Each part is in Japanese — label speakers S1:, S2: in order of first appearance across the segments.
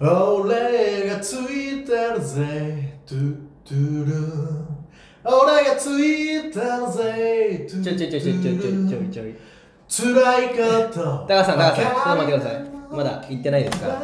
S1: 俺がついてるぜトゥトゥルン俺がついてるぜトゥ
S2: ち
S1: ト
S2: ょいちょいちょいちょいちょいちょいちょいちょい
S1: つらいこと
S2: 高橋さん高橋さんちょっと待ってくださいまだ言ってないですからあ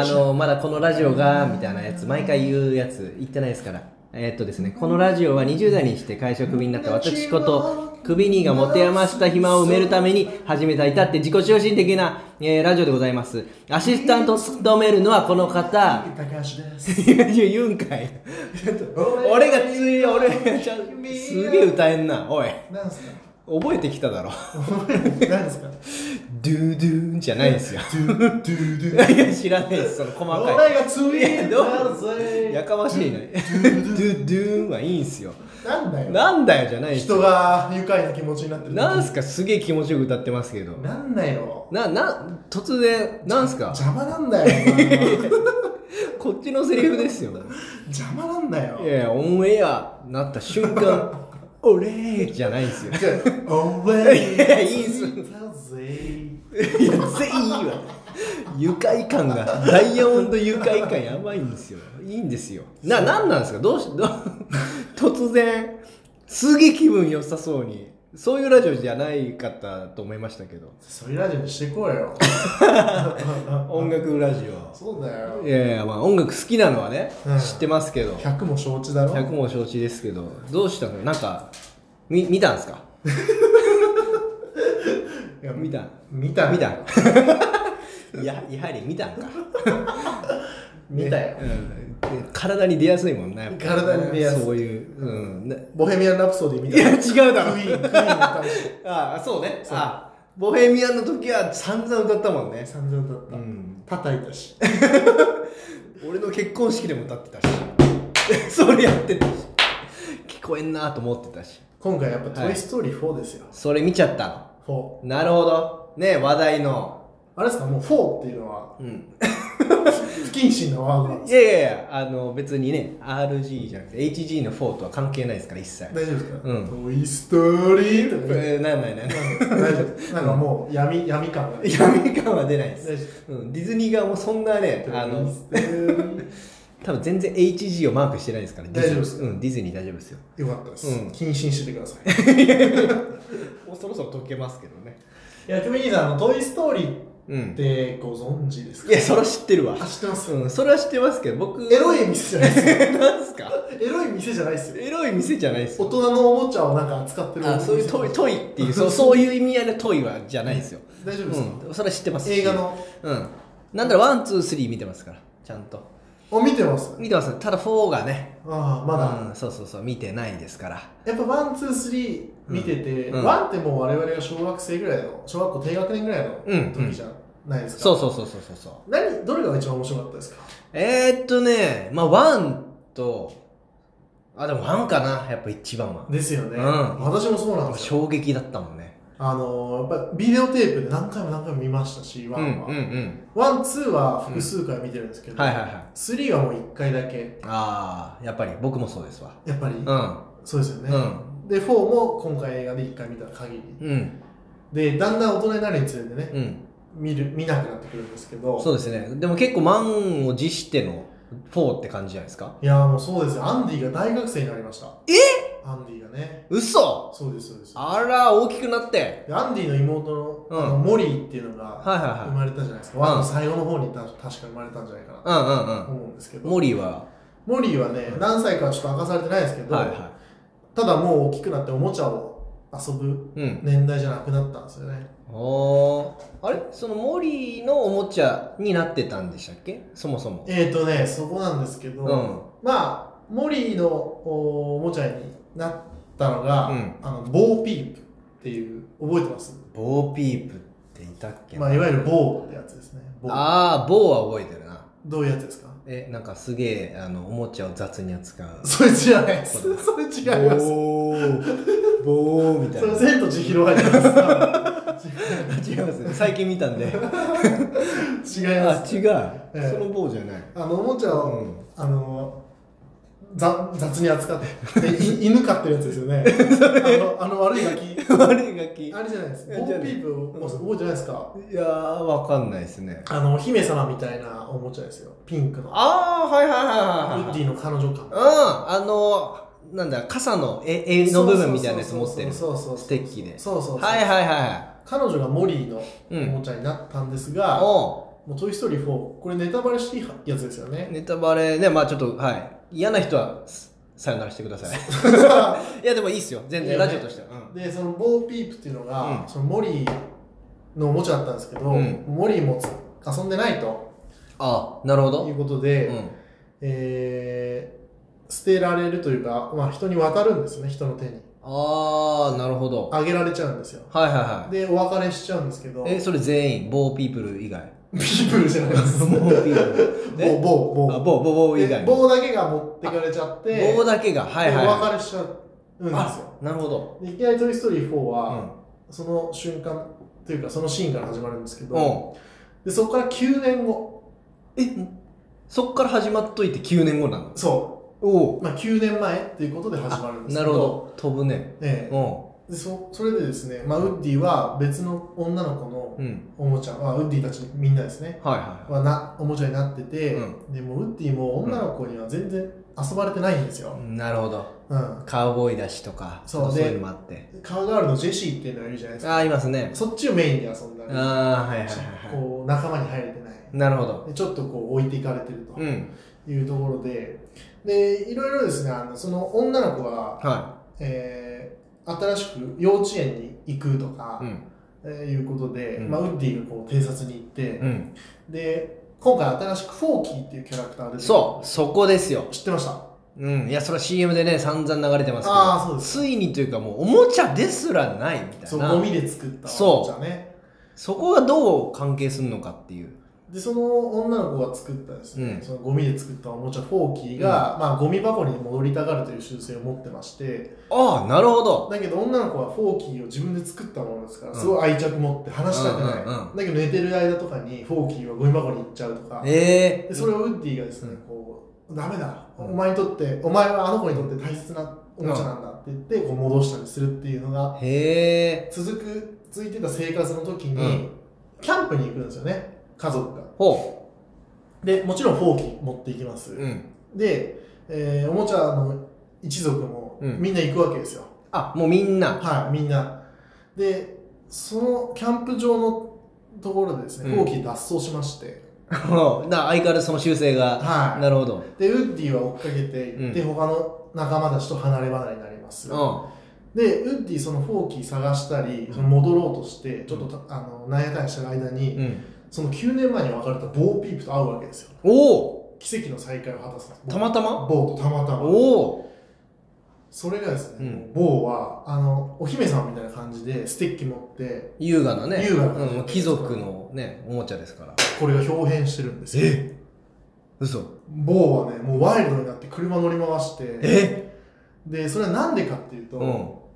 S1: あ
S2: のまだこのラジオがみたいなやつ毎回言うやつ言ってないですからえーっとですねこのラジオは20代にして会社をクビになった私ことクビ兄が持て余した暇を埋めるために始めた至って自己中心的な、えーラジオでございますアシスタントを務めるのはこの方
S1: 高橋です
S2: いやいや言うんかい俺がつい俺がちゃんすげえ歌えんなおい
S1: 何すか
S2: 覚えてきただろ
S1: 何 すか
S2: ドゥドゥンじゃないんですよ
S1: ドゥドゥドゥ
S2: いや知らないですその細か
S1: 俺がついてる
S2: いや
S1: ぜ
S2: かましいねドゥドゥンはいいんすよ
S1: なんだよ
S2: なんだよじゃないんすよ
S1: 人が愉快な気持ちになってる
S2: なんすかすげえ気持ちよく歌ってますけど
S1: なんだよ
S2: なな突然なんすか
S1: 邪魔なんだよお前
S2: こっちのセリフ ですよ
S1: 邪魔なんだよ
S2: いやいやオンエアなった瞬間 俺じゃないんすよ
S1: じゃあ俺
S2: いやいいっす
S1: す
S2: いや全員いいわ愉快感がダイヤモンド愉快感やばいんですよいいんですよななんなんですかどうしどう 突然すげえ気分良さそうにそういうラジオじゃないかったと思いましたけど
S1: そういうラジオにしてこうよ
S2: 音楽ラジオ
S1: そうだよ
S2: いやいやまあ音楽好きなのはね、
S1: うん
S2: 知ってますけど
S1: 100も承知だろ
S2: 100も承知ですけどどうしたのなんかみ見たんですか
S1: いや
S2: 見た
S1: 見た
S2: 見た いややはり見たんか
S1: 見たよ、
S2: うんで体に出やすいもんなやっぱ
S1: 体に出やすい
S2: そういう、うん、な
S1: ボヘミアン・ラプソディ見
S2: い
S1: た
S2: や
S1: よ
S2: 違うだろ
S1: クイーンクイーンの歌も
S2: ああそうねあボヘミアンの時は散々歌ったもんね
S1: 散々だった、
S2: ん
S1: 叩いたし
S2: 俺の結婚式でも歌ってたし それやってたし聞こえんなと思ってたし
S1: 今回やっぱ「
S2: は
S1: ト
S2: い
S1: イ・ストーリー4」ですよ、
S2: それ見ちゃった
S1: 4
S2: のなるほどね話題の
S1: あれですかもう4っていうのは
S2: うん
S1: 不謹慎なワードなんで
S2: い
S1: すか
S2: やいやいやあの別にね RG じゃなくて HG の4とは関係ないですから一切
S1: 大丈夫ですか、
S2: うん
S1: トイ・ストーリーとか
S2: えーなんないなんな
S1: 大
S2: い
S1: 丈夫ですなんかもう闇闇感が
S2: 闇感は出ないで
S1: 大
S2: す
S1: 丈夫です
S2: うん、ディズニー側もそんなね、あの、多分全然 HG をマークしてないですから、ディズニ
S1: 大丈夫で
S2: ー
S1: す
S2: うん、ディズニー大丈夫ですよ。
S1: よかったです、
S2: うん
S1: 謹慎しててください
S2: もうそろそろ解けますけどね。
S1: いや、キム兄さん、あの、トイ・ストーリー
S2: う
S1: っ
S2: ん。
S1: てご存知です
S2: い
S1: か
S2: や、それは知ってるわ。
S1: あ、知ってます、
S2: うん、それは知ってますけど、僕、
S1: エロい店じゃないですよ。
S2: なんすか
S1: エロい店じゃないですよ。
S2: エロい店じゃないです
S1: 大
S2: よ。
S1: 人のおもちゃをなんか扱ってる
S2: あそういうトイ、
S1: 大
S2: トイっていう、そう そういう意味合いのトイはじゃないですよ。
S1: 丈夫ですか、
S2: うん、それは知ってますし
S1: 映画。の、
S2: うん。なんだろう、ワン、ツー、スリー見てますから、ちゃんと。
S1: を見てます。
S2: 見てますただ4がね、
S1: ああ、まだ。
S2: うん、そうそうそう、見てないですから。
S1: やっぱワン、ツー、スリー見てて、
S2: うん
S1: ワンってもう我々が小学生ぐらいの、小学校低学年ぐらいの
S2: うんうん
S1: 時じゃないですか。
S2: そうそうそうそうそうそう。
S1: 何、どれが一番面白かったですか
S2: えー、っとね、まあ、ワンと、あ、でもワンかな、やっぱ一番は。
S1: ですよね、
S2: うん
S1: 私もそうなんですよ。
S2: 衝撃だったもんね。
S1: あのー、やっぱビデオテープで何回も何回も見ましたし、
S2: う
S1: ワ
S2: んう
S1: ン
S2: ん
S1: は。
S2: うん。
S1: ワン、ツーは複数回見てるんですけど、
S2: はいはいはい。
S1: スリーはもう1回だけ、
S2: ああ、やっぱり僕もそうですわ。
S1: やっぱり、
S2: う
S1: そうですよね。
S2: ん。うん。
S1: で、4も今回映画で1回見た限り。
S2: うん。
S1: で、だんだん大人になるにつれてね、
S2: うん。
S1: 見る、見なくなってくるんですけど、
S2: そうですね。でも結構満を持しての4って感じじゃないですか。
S1: いやーもうそうですよ。アンディが大学生になりました。えアンディがね。
S2: 嘘
S1: そうです、そうです。
S2: あら、大きくなって。
S1: でアンディの妹の,、
S2: うん
S1: あのモリーっていうのが
S2: はいはい
S1: 生
S2: は
S1: まれたじゃないですか。
S2: うん
S1: ワンの最後の方にた確か生まれたんじゃないかなと
S2: い。うんうんうん。
S1: 思うんですけど、
S2: モリーは、
S1: モリーはね、何歳かはちょっと明かされてないですけど、
S2: はいは
S1: ただもう大きくなっておもちゃを遊ぶ
S2: い。うん。
S1: 年代じゃなくなったんですよね。
S2: おーあれそのモリーのおもちゃになってたんでしたっけそもそも。
S1: えーとね、そこなんですけど、
S2: うん。
S1: まあ、モリーのおおもちゃになったのが、
S2: うん
S1: あの、ボーピープっていう、覚えてます
S2: ボーピープっていたっけ
S1: ま
S2: な
S1: あ、いわゆるボーってやつですね。ボー
S2: ああ、ボーは覚えてるな。
S1: どういうやつですか
S2: え、なんかすげえ、あの、おもちゃを雑に扱う。
S1: それ違います。
S2: これ
S1: それ違います。
S2: ボー、ボーみた
S1: そ
S2: い
S1: れ、
S2: な。
S1: 千と千尋が入って ます。
S2: 違いますね。最近見たんで。
S1: 違います。違いま
S2: あ、
S1: す。
S2: 違う。
S1: ええ
S2: そのボーじゃない。
S1: あの、おもちゃを、
S2: うん
S1: あの、ざ雑に扱って、 でい犬飼ってるやつですよね。あのあの悪いガキ。
S2: 悪いガキい
S1: あれじゃないですか。ボーンピープを覚えてないですか。
S2: やーわかんないですね
S1: あの、姫様みたいなおもちゃですよ。ピンクの。
S2: ああはいはい
S1: ウ
S2: はいはい
S1: ッ
S2: は
S1: デ
S2: い
S1: ィの彼女感。
S2: うんあのなんだ傘の絵絵の部分みたいなやつ持ってる
S1: そうそうそうそう
S2: ステッキで
S1: そうそうそう
S2: はいはいは
S1: 彼女がモリーのお
S2: うん
S1: もちゃになったんです
S2: い
S1: が、
S2: お
S1: もうトイ・ストーリー4、これネタバレしていいやつですよ
S2: う
S1: ね。
S2: ネタバレねまあちょっとはい嫌な人はすさよならしてくださいいやでもいいっすよ全
S1: いい
S2: 然
S1: よね
S2: ラジオとしてはうん
S1: で、そのボーピープっていうのが、
S2: うん
S1: そのモリーのおもちゃだったんですけど、
S2: うん
S1: モリーも遊んでないと
S2: ああなるほど
S1: いうことで、
S2: うん
S1: えー捨てられるというか、まあ、人に渡るんですね、人の手に。
S2: ああなるほどはい
S1: あげられちゃうんですよ。
S2: はいはい
S1: で、お別れしちゃうんですけど、
S2: えそれ全員ボーピープル以外
S1: ピープルじゃないです。
S2: ボ
S1: ボ
S2: ーピープル
S1: ー、ボー、ボ
S2: あ
S1: ー。
S2: 棒棒棒以外
S1: で
S2: に
S1: 棒だけが持ってかれちゃって、
S2: 棒だけがはいはい
S1: でお
S2: は
S1: 別れしちゃうんですよ。
S2: いなるほど
S1: でいきなり「トイ・ストーリー4
S2: う
S1: は」
S2: ん
S1: その瞬間というかそのシーンから始まるんですけど、
S2: うん
S1: でそこから9年後
S2: えそっから始まっといて9年後なの
S1: そ
S2: お
S1: う、
S2: お
S1: まあ、9年前っていうことで始まるんです
S2: な
S1: けど
S2: るほど飛ぶね
S1: ええ
S2: う
S1: でそそれでですね、まあ、ウッディは別の女の子の
S2: んうん
S1: おもちゃ、まあ、ウッディたちみんなですね
S2: はいは
S1: はなおもちゃになってて、
S2: う
S1: でもうウッディも女の子には全然遊ばれてないんです
S2: いは
S1: よ、
S2: いなるほど
S1: うん、
S2: カウボーイだしとか
S1: そう
S2: そう
S1: で
S2: いうのもあって
S1: カーガールのジェシーっていうのがいるじゃないですか
S2: ああいますね
S1: そっちをメインで遊んだり
S2: ああはいはいはいは
S1: こう仲間に入れてない
S2: いなるほど
S1: でちょっとこう置いていかれてると
S2: うん
S1: いうところで、でいろいろですねあのその女の子は、
S2: は
S1: えー新しく幼稚園に行くとか、
S2: いうん
S1: えーいうことで、
S2: うん
S1: まあ、ウッディがこう偵察に行って、
S2: うん
S1: で今回新しくフォーキーっていうキャラクターで
S2: そうそこですよ
S1: う知ってました
S2: うんいやそれは CM でね散々流れてますけど
S1: ああそうです
S2: ついにというかもうおもちゃですらないみた
S1: そ
S2: いう
S1: ゴ
S2: な
S1: ミで作った
S2: そう
S1: おもちゃね
S2: そこがどう関係するのかっていう
S1: でその女の子が作ったですね、
S2: うん
S1: そのゴミで作ったおもちゃフォーキーが、まあ、ゴミ箱に戻りたがるという習性を持ってまして
S2: ああなるほど
S1: だけど女の子はフォーキーを自分で作ったものですから
S2: うん
S1: すごい愛着持って話したくない、
S2: うんうんうん
S1: だけど寝てる間とかにフォーキーはゴミ箱に行っちゃうとか
S2: え
S1: で
S2: え
S1: それをウッディがですねこうダメだ
S2: うん
S1: お前にとってお前はあの子にとって大切なおもちゃなんだって言ってこう戻したりするっていうのが
S2: へえ
S1: 続く続いてた生活の時
S2: うん
S1: にキャンプに行くんですよね家族が
S2: ほ
S1: でもちろんフォーキー持っていきます
S2: う、うん、
S1: で、えーおもちゃの一族も
S2: うん
S1: みんな行くわけですよ、
S2: あもうみんな
S1: はい、みんな。で、そのキャンプ場のところでですね、
S2: うん
S1: 後期脱走しまして、
S2: ほうな相変わらずその修正が
S1: は
S2: なるほど
S1: い。で、ウッディは追っかけていって、他の仲間たちと離れ離れになります。
S2: う
S1: で、ウッディ、そのフォーキー探したり、その戻ろうとして、ちょっとた、あの、なんやかんやしてる間に、
S2: ん、うん、
S1: その9年前に別れたボーピープと会うわけですよ。
S2: おお
S1: 奇跡の再会を果たすんです
S2: たまたま
S1: ボーとたまたま。
S2: おお
S1: それがですね、
S2: うん
S1: ボーは、あの、お姫様みたいな感じで、ステッキ持って、
S2: 優雅なね
S1: 優雅な
S2: うん、貴族のねおもちゃですから
S1: これが表変してるんですよ。
S2: 嘘
S1: 某はねもうワイルドになって車乗り回して
S2: え
S1: でそれはなんでかっていうと、
S2: うん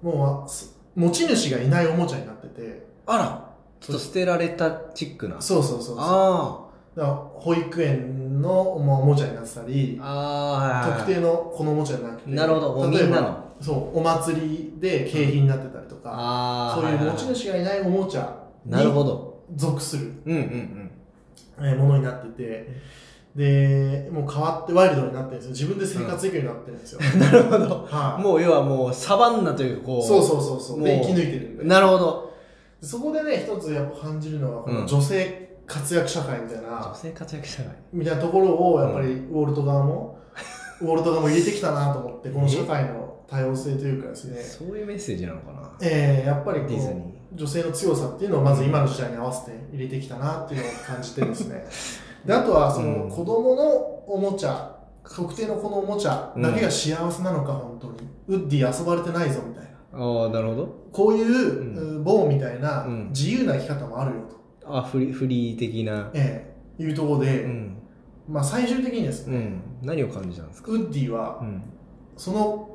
S1: もうあす持ち主がいないおもちゃになってて
S2: あらちょっと捨てられたチックな
S1: そうそうそうそうだか
S2: あ
S1: ら保育園の、まあ、おもちゃになってたり
S2: あああ
S1: 特定のこのおもちゃじゃなくて
S2: なるほどもう
S1: 例え
S2: みんな
S1: ば
S2: の
S1: そうお祭りで景品になってたりとか、
S2: ああ
S1: そういう持ち
S2: は
S1: 主がいないおもちゃ
S2: いなるほ
S1: に
S2: ど
S1: 属する
S2: うんうんうん
S1: えーものになっててでもう変わってワイルドになってるんですよ自分で生活できるようになってるんですよ、
S2: なるほど
S1: はい、
S2: もう要はもうサバンナという こう
S1: そうそうそうそうで
S2: もう
S1: 生き抜いてるんで
S2: なるほど
S1: そこでね、一つやっぱ感じるのは、こ
S2: う
S1: の
S2: ん
S1: 女性活躍社会みたい
S2: 女
S1: な、
S2: 性活躍者が
S1: みたいなところを、やっぱりウォルト側 も、ウォルト側も入れてきたなと思って、この社会の多様性というかですね、
S2: そういうメッセージなのかな
S1: えーやっぱりこ
S2: ディズニ
S1: う、女性の強さっていうのをまず今の時代に合わせて入れてきたなっていうのを感じてです ね。で、あとは、その
S2: うん
S1: 子供のおもちゃ、特定のこのおもちゃだけが幸せなのか、本当に。ウッディ遊ばれてないぞみたいな。
S2: ーああなるほど
S1: こういうう、棒みたいな
S2: うん
S1: 自由な生き方もあるよと。
S2: あフリフリー的な
S1: ええいうところで、
S2: うん、
S1: まあ最終的にですね、
S2: うん、何を感じたんですか
S1: ウッディは
S2: うん、
S1: その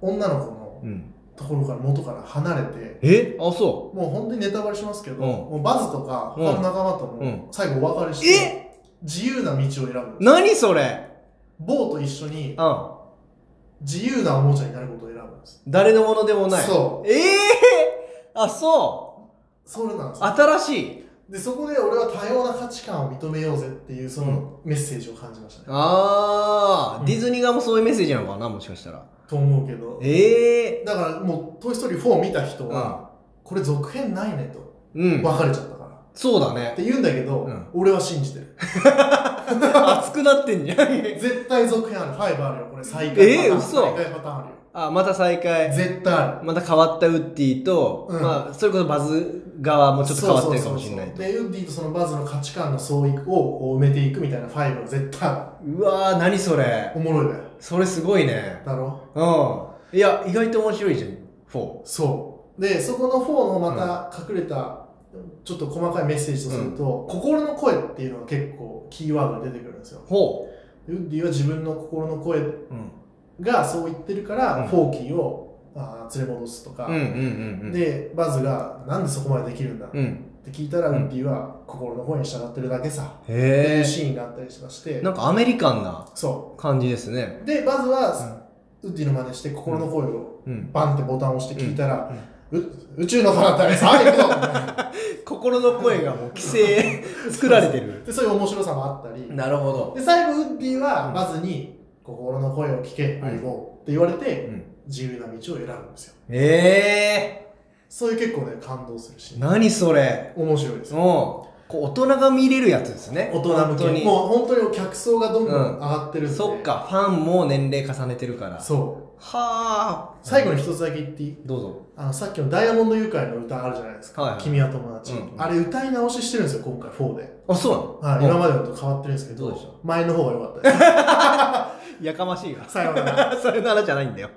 S1: 女の子の
S2: うん、
S1: ところから元から離れて、
S2: えあそ
S1: もう本当にネタバレしますけど、
S2: うん
S1: もうバズとか他の仲間とも
S2: う
S1: 最後お別れ
S2: う
S1: して、
S2: え
S1: 自由な道を選ぶ。
S2: 何それ
S1: ボーと一緒に
S2: あ
S1: 自由なおもちゃになることを選ぶんです。
S2: 誰のものでもない。。
S1: そう
S2: ええあ、そう。
S1: それなんですよ
S2: 新しい。
S1: で、そこで俺は多様な価値観を認めようぜっていうそのメッセージを感じましたね。
S2: ああ、
S1: うん
S2: ディズニー側もそういうメッセージなのかな、もしかしたら。
S1: と思うけど。
S2: ええ
S1: だからもう、トイ・ストーリー4見た人は、これ続編ないねと。
S2: うん。
S1: 別れちゃったから。
S2: そうだ
S1: っ
S2: ね。
S1: て言うんだけど、
S2: うん
S1: 俺は信じてる。
S2: 熱くなってんじゃん。
S1: 絶対続編ある。5あるよ。これ最
S2: えー
S1: 下
S2: 嘘
S1: 最下パターンあるよ。
S2: あ、また再開。
S1: 絶対ある。
S2: また変わったウッディと、
S1: うん
S2: まあ、それこそバズ側もちょっと変わってるかもしれない
S1: そうそ
S2: と
S1: う。そうそうで、ウッディとそのバズの価値観の相違を埋めていくみたいな5は絶対あ
S2: うわー、何それ
S1: る。お。もろいわよ。
S2: それすごいね。
S1: だろ
S2: うん。いや、意外と面白いじゃん。4。
S1: そう。で、そこの4のまた隠れた、ちょっと細かいメッセージとすると、心の声っていうのが結構キーワードで出てくるんですよ。
S2: ほ
S1: ウッディは自分の心の声
S2: う。うん。
S1: がそう言ってるか
S2: うん
S1: ら、フォーキーをあー連れ戻すとか、
S2: うんうんうんうん。、
S1: で、バズが、なんでそこまでできるんだって
S2: うん。
S1: 聞いたら、
S2: うん
S1: ウッディは心の声に従ってるだけさ、ってい
S2: へ
S1: うシーンがあったりしまして、
S2: え。なんかアメリカンな
S1: そ
S2: 感じですね。
S1: う。で、バズは、ウッディの真似して、心の声を
S2: うん。
S1: バンってボタンを押して聞いたら、う宇宙の彼方へさあ行くぞみたいな
S2: 心の声がもう規 制作られてる。
S1: でそういう面白さもあったり、
S2: なるほど。
S1: で、最後、ウッディ
S2: う
S1: は、
S2: ん
S1: バズに、心の声を聞け、
S2: ん
S1: 相棒って言われ
S2: う
S1: て、
S2: ん、
S1: 自由な道を選ぶんですよ。
S2: え
S1: そういう結構ね、感動するシ
S2: ー、
S1: ーン。
S2: 何それ。
S1: 面白いです
S2: うん。こう大人が見れるやつですね。
S1: 大人向け
S2: 本当に
S1: もう本当に客層がどんどん
S2: うん
S1: 上がってるんで、
S2: そっか、ファンも年齢重ねてるから。
S1: そう
S2: はあ。
S1: 最後に一つだけ言っていい
S2: どうぞ。
S1: あのさっきの「ダイヤモンド誘拐」の歌あるじゃないですか「
S2: はいはい
S1: 君は友達、
S2: うん
S1: あれ歌い直ししてるんですよ今回4で、
S2: あ、そうな
S1: はい
S2: の
S1: 今までのと変わってるんですけど
S2: どうでした
S1: 前の方が良かったで
S2: うんやかましいわ。
S1: すさようなら
S2: それならじゃないんだよ。